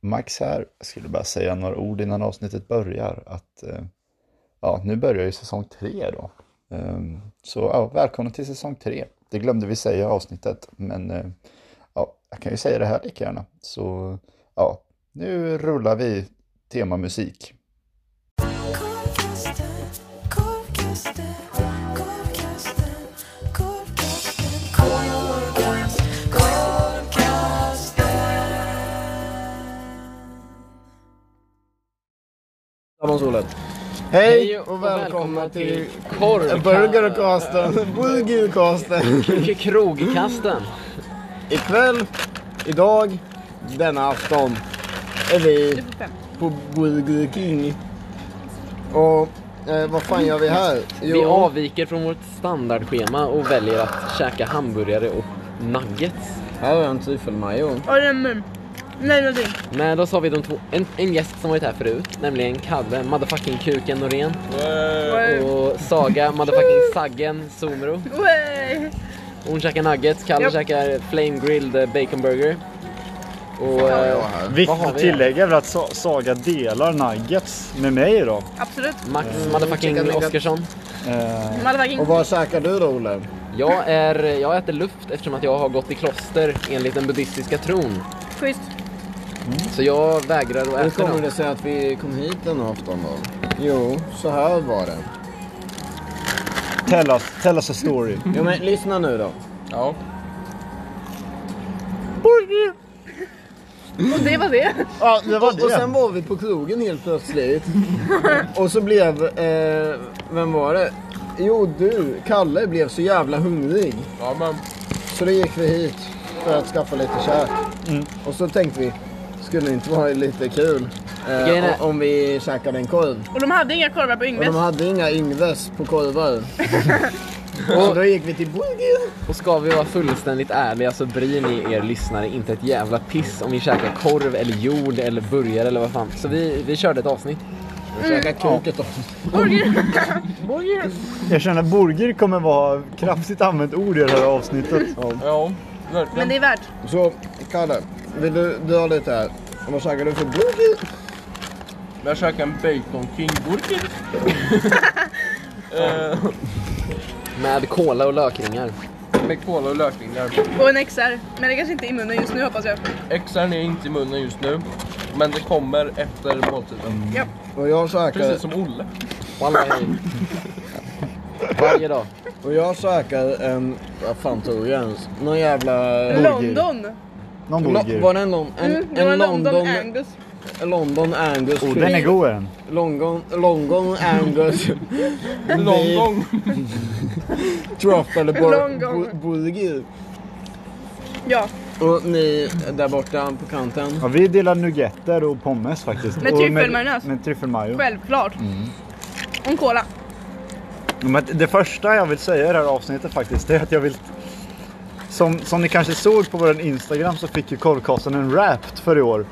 Max här. Jag skulle bara säga några ord innan avsnittet börjar. Att, eh, ja, nu börjar ju säsong tre då. Ehm, Så ja, välkomna till säsong tre. Det glömde vi säga i avsnittet, men eh, ja, jag kan ju säga det här lika gärna. Så ja, nu rullar vi temamusik. Korvkasten, korvkasten, korvkasten, korvkasten, korvkast, korvkasten. Sammansolen. Hej och välkomna till korv... Burgercasten, Boogie-casten. Krogkasten. Ikväll, idag, denna afton är vi på Burger King. Och eh, vad fan gör vi här? Vi avviker från vårt standardschema och väljer att käka hamburgare och nuggets. här har jag en tryffelmajo. Ja, det är en mun. Nej, någonting. Med oss har vi de två, en, en gäst som varit här förut, nämligen Kalle, motherfucking kuken Norén. Eh, Wow. Och Saga, motherfucking saggen Zumro. Wow. Hon käkar nuggets, Kalle Japp. käkar flame grilled eh, bacon burger. Och eh, Vad Viktigt har att vi tillägga är väl att Sa- Saga delar nuggets med mig då. Absolut. Max, motherfucking Mm. Chicken nugget. Oskarsson. Eh, Motherfucking. Och vad käkar du då Olle? Jag, är, jag äter luft eftersom att jag har gått i kloster enligt den buddhistiska tron. Schysst. Så jag vägrar att Hur äta kommer dem. det sig att vi kom hit denna afton då? Jo, så här var det. tell, us, tell us a story. Jo men lyssna nu då. Ja. Och det var det. Ja, det var Och, och sen var vi på krogen helt plötsligt. och så blev, eh, vem var det? Jo du, Kalle blev så jävla hungrig. Ja men Så då gick vi hit för att skaffa lite käk. Mm. Och så tänkte vi, skulle det inte vara lite kul Grejen eh, är- om vi käkade en korv? Och de hade inga korvar på Och Yngves. de hade inga Yngves på korvar. och då gick vi till Burger. Och ska vi vara fullständigt ärliga så bryr ni er lyssnare inte ett jävla piss om vi käkar korv eller jord eller burgare eller vad fan. Så vi, vi körde ett avsnitt. Och Mm. käkade kuket också. Jag känner att burger kommer vara kraftigt använt ord i det här avsnittet. ja, Men verkligen. det är värt. Så Kalle, vill du dra lite här? Vad käkar du för Burger? Jag käkade en bacon king-burgare. eh, Med kola och lökringar. med kola och lökringar. Och en XR. Men det är kanske inte är i munnen just nu hoppas jag. Xaren är inte i munnen just nu. Men det kommer efter måltiden. Och jag käkar, Precis som Olle. Och alla är... Varje dag. och jag käkar en, vad fan tog jag ens? Någon jävla... London. Någon Lo- burger. var det en, lon- en, Mm, det var en en London, London, Angus. London Angus Oh, fri- den är god är den. Longon, Longon Angus Lång gång. truffle Long gone. bur- burger. Ja. Och ni där borta på kanten. Ja, vi delar nuggetter och pommes faktiskt. Med Och tryffelmajonnäs. Med, med tryffelmajo. Självklart. Mm. Och en cola. Ja, Men det första jag vill säga i det här avsnittet faktiskt, det är att jag vill... Som, som ni kanske såg på vår Instagram så fick ju korvkasten en wrapped för i år.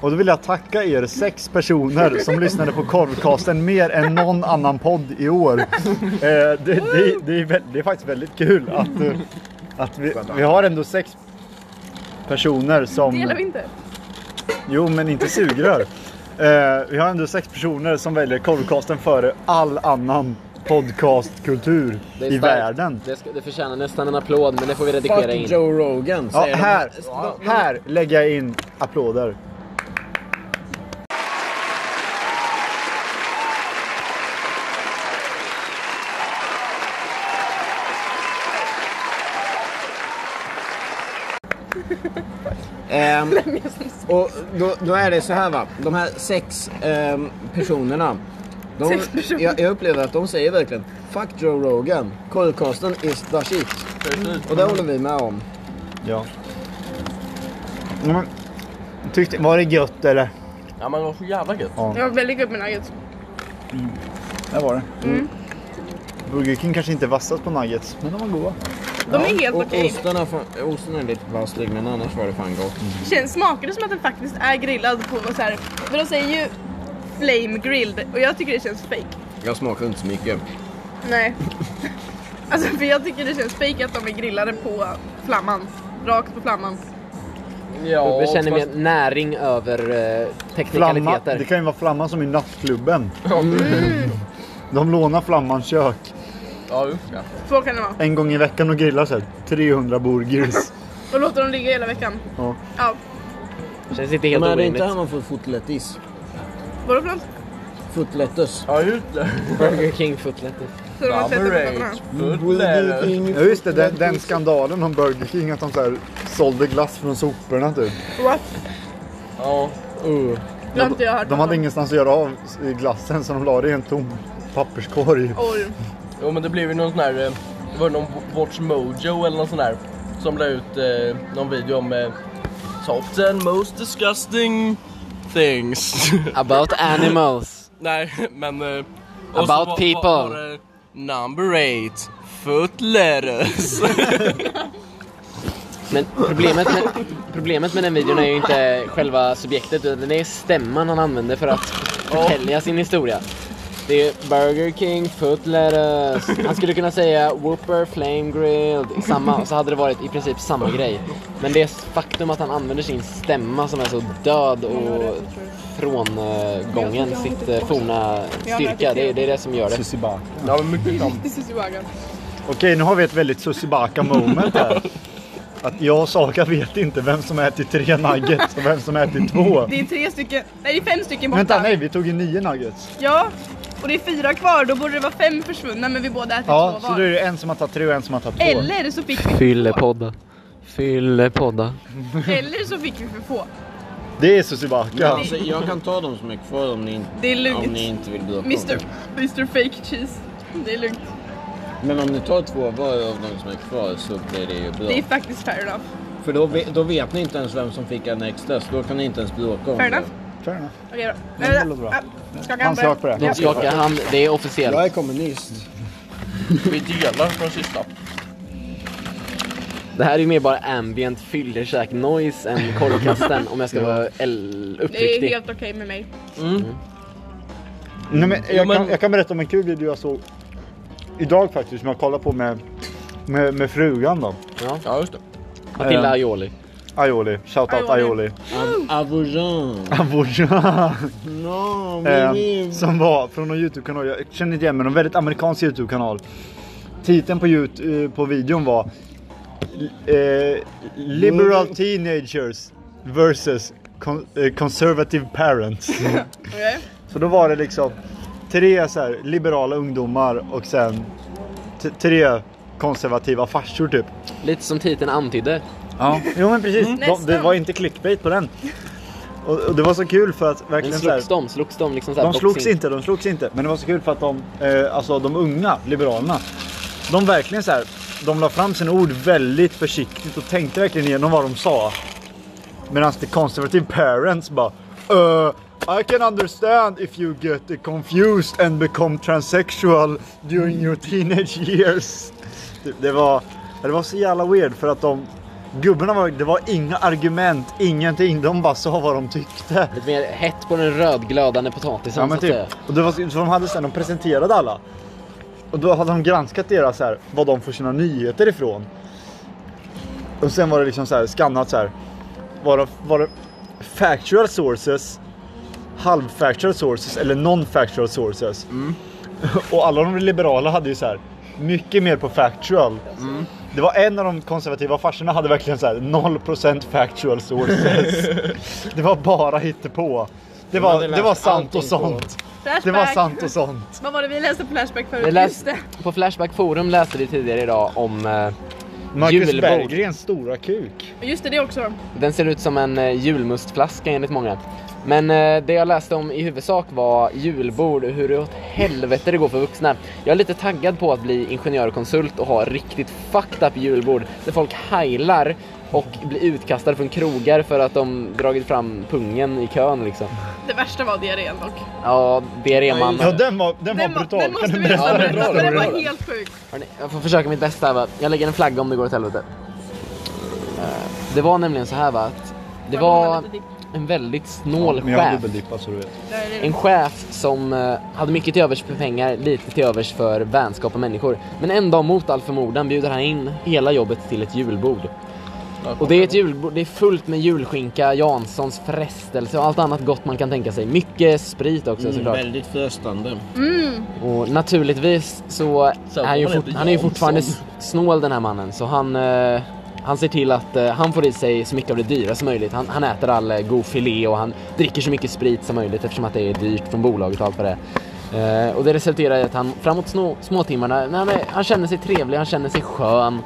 Och då vill jag tacka er sex personer som lyssnade på korvkasten mer än någon annan podd i år. Eh, det, det, det, är, väl- det är faktiskt väldigt kul att, eh, att vi, vi har ändå sex personer som... Det gillar vi inte. Jo, men inte sugrör. Eh, vi har ändå sex personer som väljer korvkasten före all annan podcastkultur Det är i starkt. världen. Det, ska, det förtjänar nästan en applåd men det får vi redigera Fuck in. Joe Rogan Ja, säger de. här, här lägger jag in applåder. Ehm, och då, då är det så här va. De här sex ehm, personerna. De, Sex personer. Jag, jag upplever att de säger verkligen Fuck Joe Rogan. Korvkasten is the shit. Precis. Och det håller vi med om. Ja. Ja, Men, Mm. tyckte, var det gött eller? Ja men det var så jävla gött. Jag var väldigt gud med nuggets. Det var det. Burger King kanske inte vassast på nuggets, men de var goda. De är helt Och okej. osten är, fan, osten är lite plastig men annars var det fan gott. Känns, smakar det som att den faktiskt är grillad på något så här. För de säger ju flame grilled och jag tycker det känns fake. Jag smakar inte så mycket. Nej. Alltså för jag tycker det känns fake att de är grillade på flamman. Rakt på flamman. Ja, Gubbe känner mer fast- näring över eh, Flamma, teknikaliteter. det kan ju vara Flamman som i nattklubben. Mm. De lånar Flammans kök Ja, usch ja. Så kan det vara. en gång i veckan och grillar så här 300 burgers. Och låter dem ligga hela veckan. Ja. Ja. Känns inte helt Men hade orimligt. inte han fått footlettis? Vadå för något? Footletters? Ja, just det. Burger King footletter. Så de har sett det på fötterna. Summerage, Footletters. Ja just det, den, den skandalen om Burger King att de så här sålde glass från soporna typ. What? Ja, Det har inte jag hört. De hade om. ingenstans att göra av i glassen så de la det i en tom papperskorg. Oj. jo men det blev ju någon sån här, eh, det var någon Watch Mojo eller någon sån här som la ut eh, någon video om eh, Top 10 most disgusting things. About animals. Nej, men... eh, och About så var- var- people. var det number eight, foot lettuce. Men problemet med, problemet med den videon är ju inte själva subjektet utan det är stämman han använder för att förtälja sin historia. Det är Burger King, foot lettuce. Han skulle kunna säga Whooper, flame grilled, samma, och så hade det varit i princip samma grej. Men det är faktum att han använder sin stämma som är så död och frångången sitt eh, forna styrka, det är, det är det som gör det. Susibaka. ja, men mycket sånt. Det syns i ögonen. Okej, nu har vi ett väldigt Susibaka moment här. Att jag och Saga vet inte vem som ätit tre nuggets och vem som ätit två. Det är tre stycken, nej det är fem stycken borta. Vänta, nej vi tog ju nio nuggets. Ja, och det är fyra kvar, då borde det vara fem försvunna men vi båda äter Ja, två så var. då är det en som har tagit tre och en som har tagit två. Eller så fick vi för få. Fyllepodda. Fyllepodda. Eller så fick vi för få. Det är Susibaka. det- Alltså, jag kan ta dem som är kvar om ni, Det är lugnt. om ni inte vill bråka om Mr. det. Mr Fake Cheese. Det är lugnt. Men om ni tar två var av de som är kvar så blir det ju bra. Det är faktiskt fair enough. För då, ve- då vet ni inte ens vem som fick en extra så då kan ni inte ens bråka om Fair det. enough. Fair enough. Okej då. det håller bra. Ah, Skaka Han hand skakar på det. De skakar hand, det är officiellt. Jag är kommunist. Vi delar från sista. Det här är ju mer bara ambient fyllerkäk noise än korvkasten om jag ska vara el- Det är uppriktig. helt okej med mig. Nej, men Ja, jag, men- kan, jag kan berätta om en kul video jag såg idag faktiskt som jag kollade på med, med, med frugan då. Ja, just det. Matilda Ja. Aioli. Aioli, shoutout Aioli. Aioli. Avourgeon. Avourgeon. No, eh, men- som var från någon Youtube-kanal, jag känner inte igen men en väldigt amerikansk Youtube-kanal. Titeln på, YouTube, eh, på videon var eh, Liberal teenagers versus con- eh, conservative parents. Okej? Så då var det liksom tre så här liberala ungdomar och sen t- tre konservativa farsor typ. Lite som titeln antydde. Ja. Jo men precis, de, Nästan. det var inte clickbait på den. Och, och det var så kul för att Men verkligen så här, slogs de? Slogs de liksom såhär de slogs inte, de slogs inte. Men det var så kul för att de, eh, alltså de unga liberalerna, de verkligen så här, de la fram sina ord väldigt försiktigt och tänkte verkligen igenom vad de sa. Medan the conservative parents bara uh, I can understand if you get confused and become transsexual during your teenage years. Typ, Det var, det var så jävla weird för att de Gubbarna var, det var inga argument, ingenting. De bara sa vad de tyckte. Lite mer hett på den rödglödande potatisen Ja men så att typ. säga. Och det var, så de hade sen, de presenterade alla. Och då hade de granskat deras så här, vad de får sina nyheter ifrån. Och sen var det liksom så här, skannat så här. Var det, var det factual sources, halvfactual sources eller non-factual sources? Mm. Och alla de liberala hade ju så här mycket mer på factual. Mm. Det var en av de konservativa farsorna hade verkligen så här 0% factual sources. det var bara hittepå. Det var, hade det var läst sant och allting på- sånt. Flashback. Det var sant och sånt. Vad var det vi läste på Flashback förut? Vi Just läste, det. på Flashback Forum läste vi tidigare idag om eh, Marcus Julbord. Berggrens stora kuk. Just det, det också. Den ser ut som en eh, julmustflaska enligt många. Men eh, det jag läste om i huvudsak var julbord och hur åt helvete det går för vuxna. Jag är lite taggad på att bli ingenjör och konsult och ha riktigt fucked up julbord där folk heilar och blir utkastade från krogar för att de dragit fram pungen i kön liksom. Det värsta var diarrén dock. Ja, det är det man. Ja den var, Den, den var må- brutal. den måste Kan vi du berätta nästan den berätta, för den historien? var helt sjuk. Hörrni, Jag får försöka mitt bästa här va. Jag lägger en flagga om det går åt helvete. Eh, Det var nämligen så här va att det var en väldigt snål Men jag har chef. dubbeldippat så du vet. En En chef som eh, hade mycket till övers för pengar, lite till övers för vänskap och människor. Men en dag mot all förmodan bjuder han in hela jobbet till ett julbord. Och det är ett julbord, det är fullt med julskinka, Janssons frestelse och allt annat gott man kan tänka sig. Mycket sprit också såklart. väldigt frestande. Och naturligtvis så Sen är han ju, får man fort, inte han är ju Jansson. fortfarande s- snål den här mannen. Så han, eh, han ser till att eh, han får i sig så mycket av det dyra som möjligt. Han, han äter all eh, god filé och han dricker så mycket sprit som möjligt eftersom att det är dyrt från bolaget och allt vad det är. Eh, och det resulterar i att han framåt små, småtimmarna, nej, men han känner sig trevlig, han känner sig skön.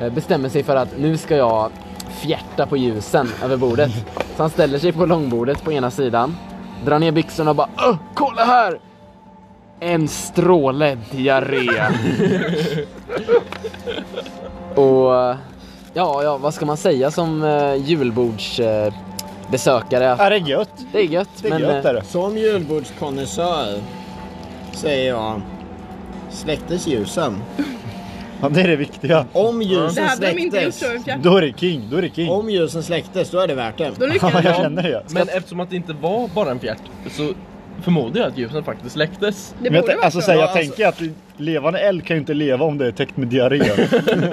Eh, bestämmer sig för att nu ska jag fjärta på ljusen över bordet. Så han ställer sig på långbordet på ena sidan, drar ner byxorna och bara "Åh, kolla här! En stråle diarré. och eh, ja, ja, vad ska man säga som eh, julbordsbesökare? Eh, besökare? Är det gött? det är gött, Det är men gött eh, är det. Som julbordskonnässör säger jag släcktes ljusen. Ja, det är det viktiga. Om Det ljusen hade de inte gjort släcktes, tror jag. Då är det king, då är det king. om ljusen släcktes, då är det värt det. Då Ja, lyckades jag de. känner det. Men eftersom att det inte var bara en fjärt så förmodar jag att ljusen faktiskt släcktes. Det Men jag, borde tän- vara alltså, så. så här, jag Ja, alltså- tänker att levande eld kan ju inte leva om det är täckt med diarré.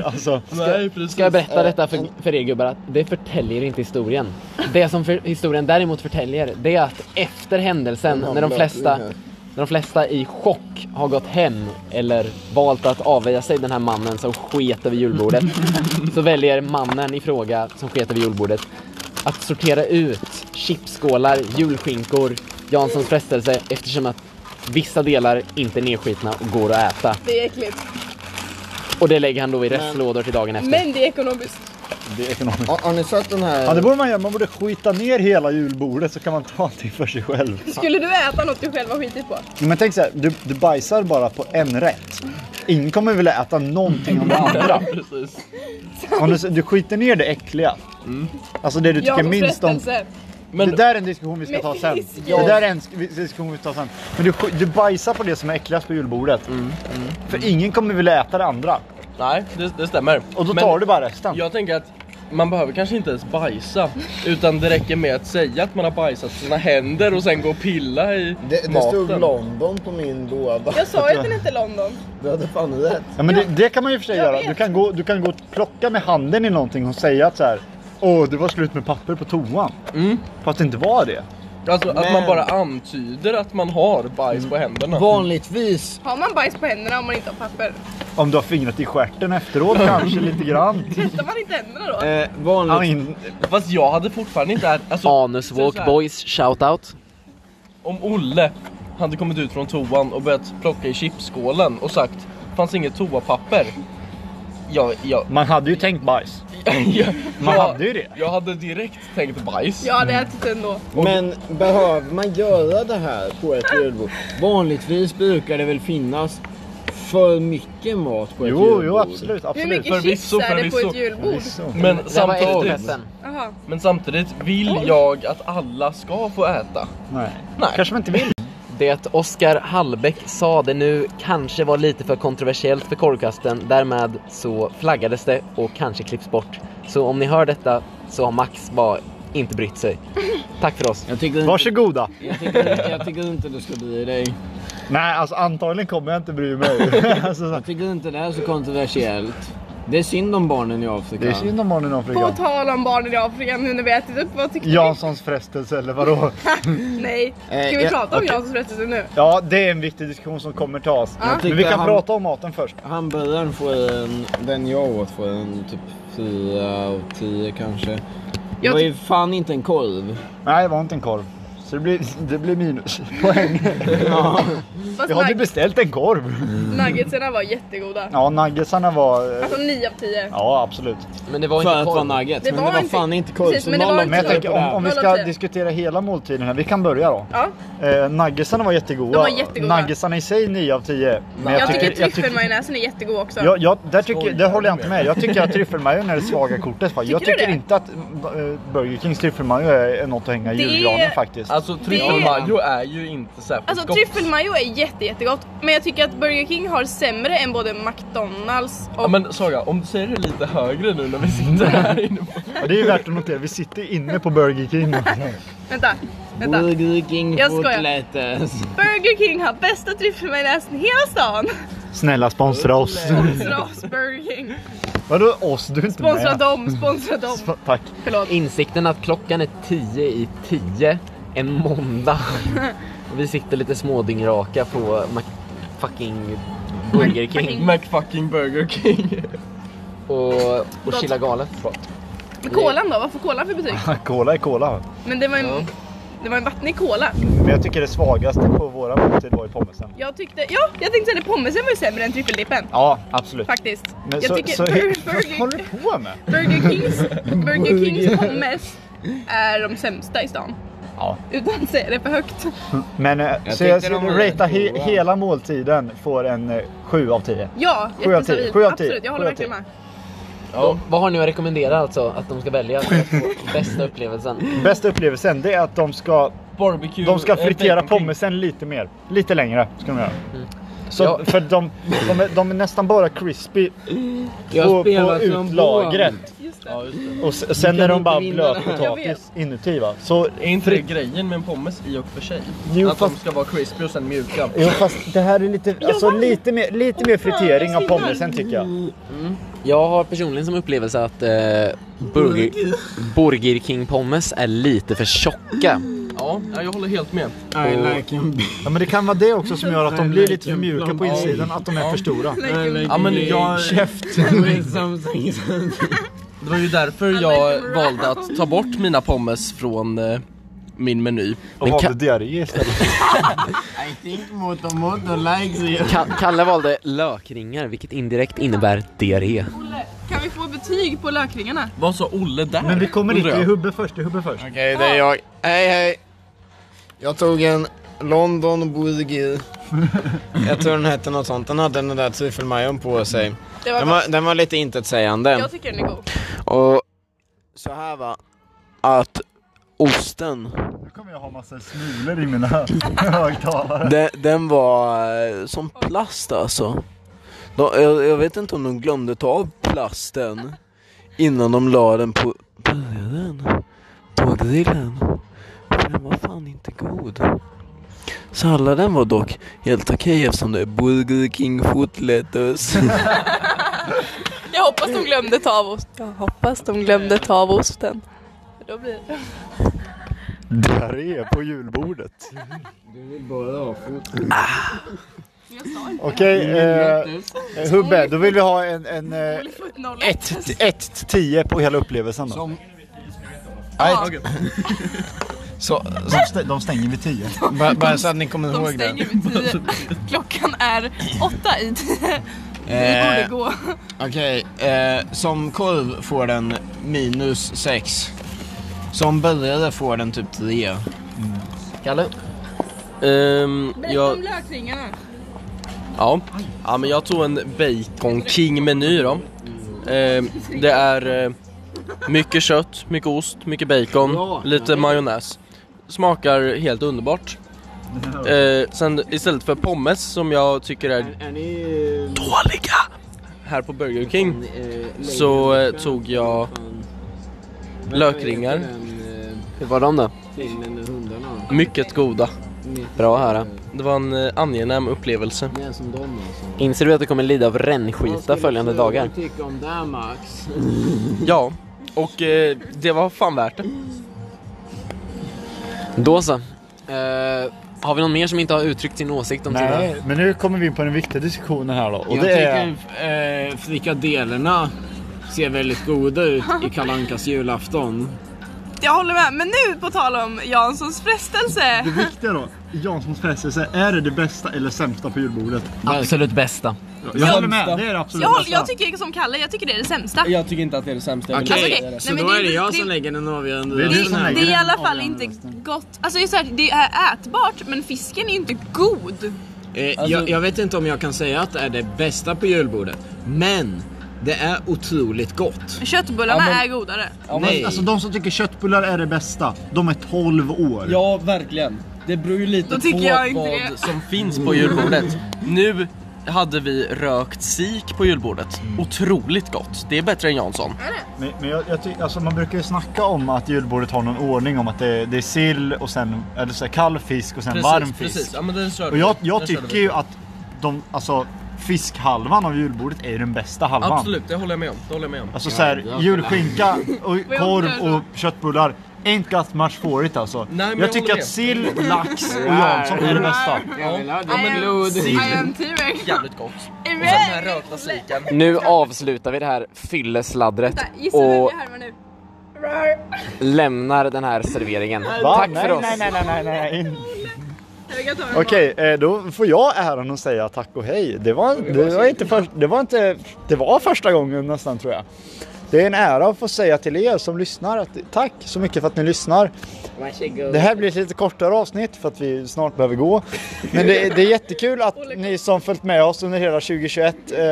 alltså, Nej, precis. ska jag berätta detta för, för er gubbar att det förtäljer inte historien. Det som för, historien däremot förtäljer, det är att efter händelsen, när de flesta när de flesta i chock har gått hem eller valt att avväja sig den här mannen som sket över julbordet. Så väljer mannen i fråga som sket över julbordet att sortera ut chipsskålar, julskinkor, Janssons frestelse eftersom att vissa delar inte är nedskitna och går att äta. Det är äckligt. Och det lägger han då i restlådor till dagen efter. Men det är ekonomiskt. det är ekonomiskt. Har, har ni sett den här? Ja, det borde man göra. Man borde skita ner hela julbordet så kan man ta allting för sig själv. Skulle du äta något du själv har skitit på? Men tänk så här, du, du bajsar bara på en rätt. Ingen kommer vilja äta någonting av det andra. Precis. Om du, du skiter ner det äckliga. Mm. Alltså det du tycker Janssons minst om. frestelse. det där är en diskussion vi ska Med ta sen. fisk i. Det där är en sk- vi- diskussion vi ska ta sen. Men du, sk- du bajsar på det som är äckligast på julbordet. Mm, För ingen kommer vilja äta det andra. Nej, det, det stämmer. Och då Men tar du bara resten. Jag tänker att man behöver kanske inte ens bajsa. Utan det räcker med att säga att man har bajsat på sina händer och sen gå och pilla i det, det maten. stod London på min låda. Jag sa ju att den hette London. Du hade fan rätt. Ja, men Det, det kan man ju för sig Jag göra. vet. Du kan, gå, du kan gå och plocka med handen i någonting och säga att så här. Åh, det var slut med papper på toan. Mm. Fast det inte var det. Alltså att man Men- bara antyder att man har bajs på händerna. Vanligtvis Har man bajs på händerna om man inte har papper? Om du har fingrat i stjärten efteråt kanske lite grann. Tvättar man inte händerna då? Eh, Ja, vanligt, in, Fast jag hade fortfarande inte... här- Alltså, Anus så Walk här, Boys, shout out. Om Olle hade kommit ut från toan och börjat plocka i chipsskålen och sagt fanns inget toapapper. Jag, jag, man hade ju tänkt bajs. jag, Man jag, hade ju det. jag hade direkt tänkt bajs. Jag hade ätit den då. men behöver man göra det här på ett julbord? Vanligtvis brukar det väl finnas för mycket mat på ett Jo, julbord? jo absolut. Hur absolut. mycket chips Förvisso, är det på förvisso. ett julbord? Visst. Men Det var samtidigt, efterfesten. Jaha. men samtidigt vill jag att alla ska få äta. Nej. Nej. Kanske man inte vill. Det Oskar Hallbäck sa det nu kanske var lite för kontroversiellt för korvkasten. Därmed så flaggades det och kanske klipps bort. Så om ni hör detta så har Max bara inte brytt sig. Tack för oss. Jag tycker, inte, Varsågoda. jag, tycker, jag tycker inte du ska bry dig. Nej, alltså antagligen kommer jag inte bry mig. alltså, så- Jag tycker inte det är så kontroversiellt. Det är synd om barnen i Afrika. det är synd om barnen i På Afrika. tal om barnen i Afrika nu när vi ätit upp, vad tyckte Janssons frestelse eller vadå? vi? Nej. Ska Eh, vi ja, prata om okej. Janssons frestelse nu? Ja, det är en viktig diskussion som kommer tas. Jag Men tycker vi kan han- prata om maten först. Hamburgaren får en, den jag åt får en typ 4 av 10 kanske. Det Jag var ju fan inte en korv. Nej, det var inte en korv. Så det blir, det blir minuspoäng. Fast Jag hade nug- beställt en korv. nuggetsarna var jättegoda. Ja, nuggetsarna var... eh, Alltså 9 av 10. Ja, absolut. Men det var För att inte vara korv. nuggets. Det men var det var inte- fan inte korv. precis, så men det var noll inte Men jag av tio tänker på det om, här. om vi Noll av ska tio. diskutera hela måltiden här. Vi kan börja då. Ja. Eh, nuggetsarna var jättegoda. De var jättegoda. Nuggetsarna i sig 9 av 10. Men Jag tycker jag tycker, tryffelmajonnäsen är jättegod också. jag, jag, där tycker, det håller jag inte med. Jag tycker att tryffelmajo är det svaga kortet. Tycker jag Tycker du tycker det? inte att eh, Burger Kings tryffelmajo är något att hänga i Det- julgranen faktiskt. Alltså tryffelmajo är ju inte särskilt Alltså gott. tryffelmajo är jätte, jättegott men jag tycker att Burger King har sämre än både McDonalds och... Ja, men Saga, om du säger det lite högre nu när vi sitter här inne på... Ja, det är ju värt att notera. Vi sitter inne på Burger King. Vänta, vänta. Mm. Burger King Jag skojar. Footletters. Burger King har bästa tryffelmajonnäsen i hela stan. Snälla sponsra oss. Sponsra oss Burger King. Vadå oss? Du är inte Sponsra med. dem, sponsra dem. Sp- Tack. Förlåt. Insikten att klockan är tio i tio en måndag. Och vi sitter lite smådyngraka på Mac- fucking Burger King McFucking Burger King. och, och chilla galet. Men kolan då? Vad får kolan för betyg? Cola är cola. Men det var en, det var en vattnig cola. Men jag tycker det svagaste på våra måltid var ju pommesen. Jag tyckte, ja jag tänkte att pommesen var ju sämre än trippeldippen. Ja, absolut. Faktiskt. Men jag så, tycker så, Burger, vad håller Burger, du på med? Burger Kings, Burger Kings pommes är de sämsta i stan. Ja. Utan att säga det för högt. Men eh, så jag skulle ratea he, hela måltiden får en eh, 7 av 10. Ja, Sju av tio, jättestabilt. sju av tio, Absolut, jag håller sju av tio. verkligen med. Vad- Vad har ni att rekommendera alltså att de ska välja för att få bästa upplevelsen? Bästa upplevelsen det är att de ska, Barbecue. de ska eh, fritera bacon king. pommesen lite mer. Lite längre ska de göra. Så, Ja. För de, de, är, de är nästan bara crispy på, på spelar trombon. utlagret. Just det. Ja, just det. Och s- sen är kan de inte bara vinna blöt det här. Jag potatis inuti va. Så Är inte det grejen med en pommes i och för sig? Jo, att de fast- ska vara crispy och sen mjuka. Jo fast det här är lite, alltså, lite, mer, lite mer fritering av pommesen tycker jag. Jag har personligen som upplevelse att eh, Burger, Burger King pommes är lite för tjocka. Ja, ja, jag håller helt med. I like him. Ja men det kan vara det också som gör att de blir lite för Vilken mjuka på plan. insidan, att de är för stora. I like Ja, men him. jag- Käft. With something. Det var ju därför jag valde att ta bort mina pommes från eh, min meny. Men Ka- diarré istället. I think Moto Moto likes you. Ka- Kalle valde lökringar vilket indirekt innebär diarré. Kan vi få betyg på lökringarna? Vad sa Olle där? Men vi kommer inte, Undrar det är jag. Hubbe först, det är Hubbe först. Okej, det är jag. Hej, hej. Jag tog en London Burger. Jag tror den hette något sånt. Den hade den där tryffelmajon på sig. Det var Den bra. var, den var lite intetsägande. Jag tycker den är god. Och så här va. Att osten, Nu kommer jag ha massa smulor i mina högtalare. den, den var eh, som plast alltså. De, jag, jag vet inte om de glömde ta av plasten innan de la den på början. På grillen. För den var fan inte god. Salladen var dock helt okej eftersom det är Burger King fotletters. Jag hoppas de glömde ta av osten. Jag hoppas de glömde ta av osten. Då blir det. Diarré på julbordet. Ah. Okej, eh, Hubbe, då vill vi ha en, en eh, Noll. 1-10 på hela upplevelsen då. Så, De, stä- de stänger vid 10. bara, bara så att ni kommer De ihåg det. stänger vid tio. Klockan är åtta i tio. Vi borde Eh, gå. Okej, eh, som korv får den minus 6. Som burgare får den typ 3. Kalle? Mm. Ehm, jag, lökringarna. ja. ja, men jag tog en Bacon King-meny då. Ehm, det är eh, mycket kött, mycket ost, mycket bacon, lite majonnäs. Smakar helt underbart. Eh, sen istället för pommes som jag tycker är dåliga här på Burger King så eh, tog jag lökringar. eh, Hur var de då? Mycket goda. Bra att höra. Det var en eh, angenäm upplevelse. Inser du att du kommer lida av rännskita följande dagar? Ja, och eh, det var fan värt det. Då så. Eh, har vi någon mer som inte har uttryckt sin åsikt om sina... Nej, men nu kommer vi in på den viktiga diskussionen här då. Och jag det är... tycker eh, frikadellerna ser väldigt goda ut i Kalankas julafton. Jag håller med. Men nu på tal om Janssons frestelse. viktiga då, Janssons frestelse, är det det bästa eller sämsta på julbordet? Absolut bästa. Jag håller med, det är det absolut Jag, håller, jag tycker som Kalle, jag tycker det är det sämsta. Jag tycker inte att det är det sämsta jag vill Alltså, säga. okej. Så Nej, men då det är är det inte- jag det- som lägger den avgörande Det är du Det, som rösten här. det är i alla fall avgörande inte rösten. gott. Alltså det är, så här, det är ätbart men fisken är ju inte god. Eh, Alltså- jag, jag vet inte om jag kan säga att det är det bästa på julbordet. Men det är otroligt gott. Köttbullarna Ja, men- är godare. Nej. Alltså de som tycker köttbullar är det bästa, de är 12 år. Ja, verkligen. Det beror ju lite Då på tycker jag inte vad det. som finns på julbordet. Nu hade vi rökt sik på julbordet. Mm. Otroligt gott. Det är bättre än Jansson. Men, men jag, jag tycker, alltså man brukar ju snacka om att julbordet har någon ordning om att det, det är sill och sen, eller så här, kall fisk och sen varm fisk. precis. Ja, men den körde Och jag, vi. jag Den körde tycker vi. ju att de, alltså fiskhalvan av julbordet är ju den bästa halvan. Absolut, det håller jag med om. Det håller jag med om. Alltså såhär, julskinka och korv och köttbullar. Ain't got much for it alltså. men jag jag håller tycker att med. sill, lax och Jansson är det bästa. Jag vill ha det. men blod. I am T-Rex. Jävligt gott. Amen. Den här rötlastiken. Nu avslutar vi det här fyllesladdret Vänta, Gissa vem och jag härmar nu. lämnar den här serveringen. Va? Tack för oss! Nej, nej, nej, nej, nej. nej. Jag kan ta den. Okej, eh, då får jag äran att säga tack och hej. Det var, det var inte för, det var inte, det var första gången nästan tror jag. Det är en ära att få säga till er som lyssnar att tack så mycket för att ni lyssnar. Det här blir ett lite kortare avsnitt för att vi snart behöver gå. Men det, det är jättekul att ni som följt med oss under hela 2021 eh,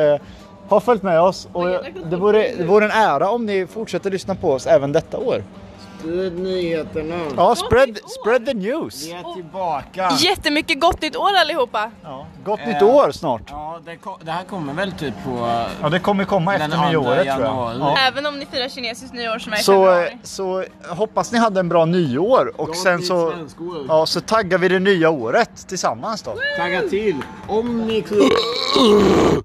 har följt med oss och det vore, det vore en ära om ni fortsätter lyssna på oss även detta år. Stöd nyheterna. Ja, spread, spread the news! Vi är tillbaka. Jättemycket gott nytt år allihopa! Ja, gott nytt år snart! Ja, det, ko- det här kommer väl typ på... Ja, det kommer komma Den efter nyåret andra tror jag. januari. Ja. Även om ni firar kinesiskt nyår som är i Så, eh, februari. så hoppas ni hade en bra nyår och sen så, ja, så taggar vi det nya året tillsammans då. Tagga till! Om ni...